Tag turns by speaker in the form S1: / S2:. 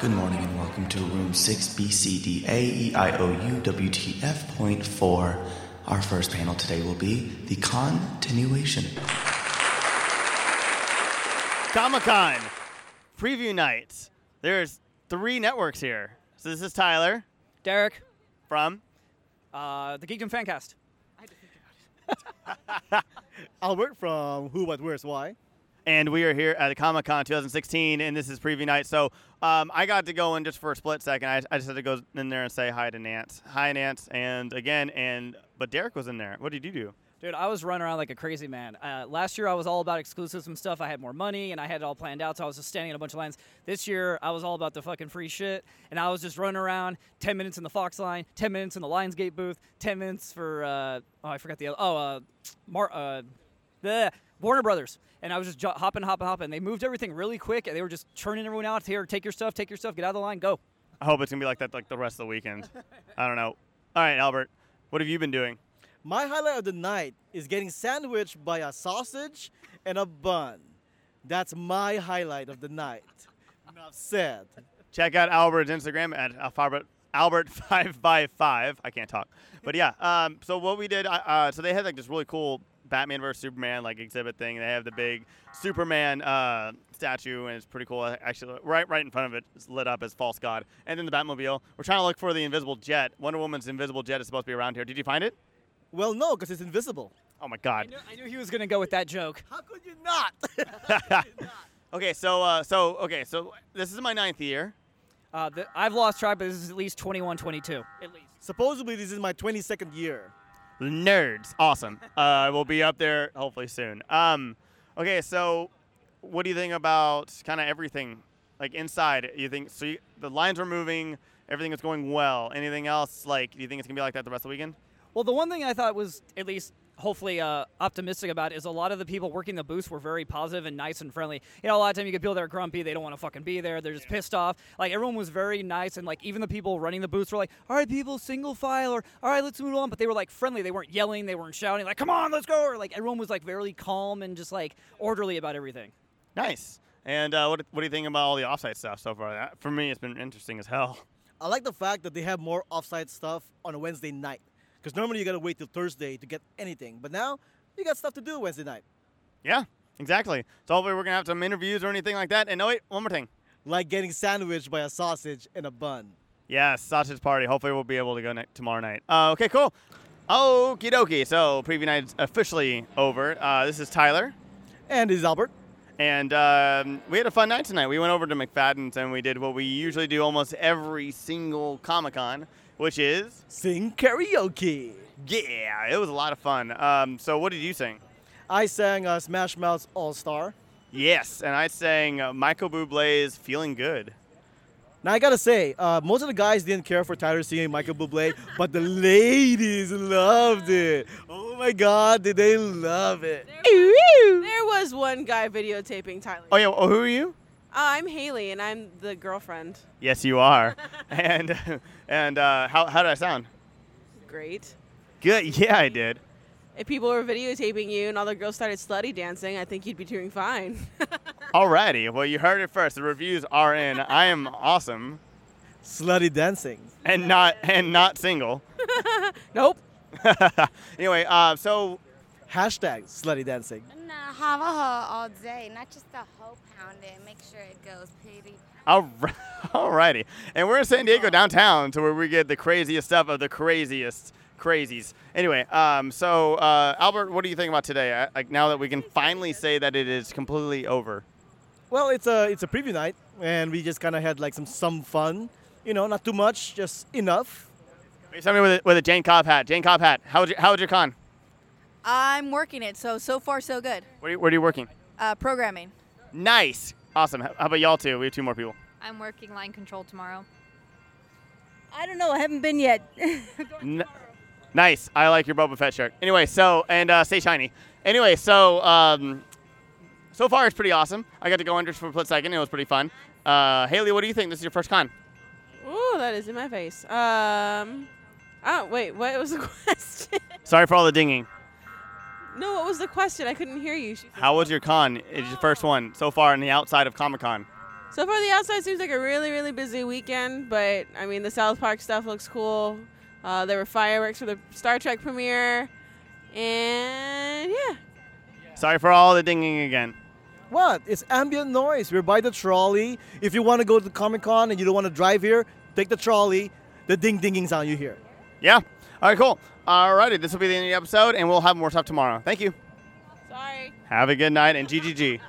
S1: Good morning and welcome to room E, 6BCDAEIOUWTF.4. Our first panel today will be the continuation.
S2: Comic Con preview night. There's three networks here. So this is Tyler
S3: Derek,
S2: from
S3: uh, the Geekdom Fancast.
S4: Albert from Who, What, Where's, Why.
S2: and we are here at Comic Con 2016, and this is preview night. So um, I got to go in just for a split second. I, I just had to go in there and say hi to Nance. Hi, Nance, and again, and but Derek was in there. What did you do?
S3: Dude, I was running around like a crazy man. Uh, last year, I was all about exclusives and stuff. I had more money and I had it all planned out, so I was just standing in a bunch of lines. This year, I was all about the fucking free shit, and I was just running around 10 minutes in the Fox line, 10 minutes in the Lionsgate booth, 10 minutes for, uh, oh, I forgot the other, oh, uh, Mar- uh, bleh, Warner Brothers. And I was just jo- hopping, hopping, hopping. They moved everything really quick, and they were just churning everyone out. Here, take your stuff, take your stuff, get out of the line, go.
S2: I hope it's gonna be like that like the rest of the weekend. I don't know. All right, Albert, what have you been doing?
S4: My highlight of the night is getting sandwiched by a sausage and a bun. That's my highlight of the night. Enough said.
S2: Check out Albert's Instagram at Albert Albert five by five. I can't talk, but yeah. Um, so what we did, uh, uh, so they had like this really cool Batman versus Superman like exhibit thing. They have the big Superman uh, statue, and it's pretty cool. Actually, right right in front of it, it's lit up as false god, and then the Batmobile. We're trying to look for the invisible jet. Wonder Woman's invisible jet is supposed to be around here. Did you find it?
S4: Well, no, because it's invisible.
S2: Oh my
S3: I
S2: god.
S3: knew, I knew he was going to go with that joke.
S4: How could you not?
S2: okay, so uh, so okay, so this is my ninth year.
S3: Uh, the, I've lost track, but this is at least 21 22. At least.
S4: Supposedly, this is my 22nd year.
S2: nerds. Awesome. Uh, we'll be up there hopefully soon. Um, okay, so what do you think about kind of everything, like inside? You think so? You, the lines were moving. Everything is going well. Anything else? Like, do you think it's gonna be like that the rest of the weekend?
S3: Well, the one thing I thought was at least hopefully uh, optimistic about is a lot of the people working the booths were very positive and nice and friendly. You know, a lot of time you get people that are grumpy, they don't want to fucking be there, they're just pissed off. Like everyone was very nice, and like even the people running the booths were like, "All right, people, single file," or "All right, let's move on." But they were like friendly, they weren't yelling, they weren't shouting, like "Come on, let's go!" Or like everyone was like very calm and just like orderly about everything.
S2: Nice. And uh, what, what do you think about all the offsite stuff so far? That, for me, it's been interesting as hell.
S4: I like the fact that they have more offsite stuff on a Wednesday night. Because normally you gotta wait till Thursday to get anything. But now, you got stuff to do Wednesday night.
S2: Yeah, exactly. So hopefully we're gonna have some interviews or anything like that. And oh wait, one more thing.
S4: Like getting sandwiched by a sausage and a bun.
S2: Yes, sausage party. Hopefully, we'll be able to go ne- tomorrow night. Uh, okay, cool. Okie dokie. So, preview night's officially over. Uh, this is Tyler,
S4: And this is Albert.
S2: and um, we had a fun night tonight. We went over to McFadden's and we did what we usually do almost every single Comic Con, which is
S4: Sing karaoke.
S2: yeah, it was a lot of fun. Um, so, what did you sing?
S4: I sang uh, Smash Mouth's All Star.
S2: Yes, and I sang uh, Michael Bublé's "Feeling Good."
S4: Now I gotta say, uh, most of the guys didn't care for Tyler singing Michael Bublé, but the ladies loved it. Oh my God, did they love it?
S5: There was one guy videotaping Tyler. Uh,
S2: Oh yeah, oh, who are you?
S5: I'm Haley, and I'm the girlfriend.
S2: Yes, you are. and and uh, how how did I sound?
S5: Great.
S2: Good. Yeah, I did.
S5: If people were videotaping you and all the girls started slutty dancing, I think you'd be doing fine.
S2: Alrighty, well you heard it first. The reviews are in. I am awesome
S4: Slutty dancing.
S2: and not and not single.
S5: nope.
S2: anyway, uh, so
S4: Hashtag slutty dancing.
S6: Nah, uh, have a hoe all day, not just a hoe pound it. Make sure it goes pity.
S2: all ri- alrighty, and we're in San Diego downtown, to where we get the craziest stuff of the craziest crazies. Anyway, um, so uh, Albert, what do you think about today? I, like now that we can finally say that it is completely over.
S4: Well, it's a it's a preview night, and we just kind of had like some some fun. You know, not too much, just enough.
S2: Wait, Somebody with a, with a Jane Cobb hat. Jane Cobb hat. How would you, how would your con?
S7: I'm working it, so so far so good.
S2: Where are you, where are you working?
S7: Uh, programming.
S2: Nice, awesome. How about y'all two? We have two more people.
S8: I'm working line control tomorrow.
S7: I don't know. I haven't been yet.
S2: N- nice. I like your Boba Fett shirt. Anyway, so and uh, stay shiny. Anyway, so um, so far it's pretty awesome. I got to go in just for a split second. It was pretty fun. Uh, Haley, what do you think? This is your first con.
S5: Ooh, that is in my face. Um. Oh wait, what was the question?
S2: Sorry for all the dinging.
S5: no, what was the question? I couldn't hear you. She said-
S2: How was your con? It's your first one so far on the outside of Comic Con.
S5: So far, the outside seems like a really, really busy weekend, but I mean, the South Park stuff looks cool. Uh, there were fireworks for the Star Trek premiere, and yeah.
S2: Sorry for all the dinging again.
S4: What? It's ambient noise. We're by the trolley. If you want to go to Comic Con and you don't want to drive here, take the trolley. The ding dinging sound you hear.
S2: Yeah. All right, cool. All righty. This will be the end of the episode, and we'll have more stuff tomorrow. Thank you.
S5: Sorry.
S2: Have a good night and GGG.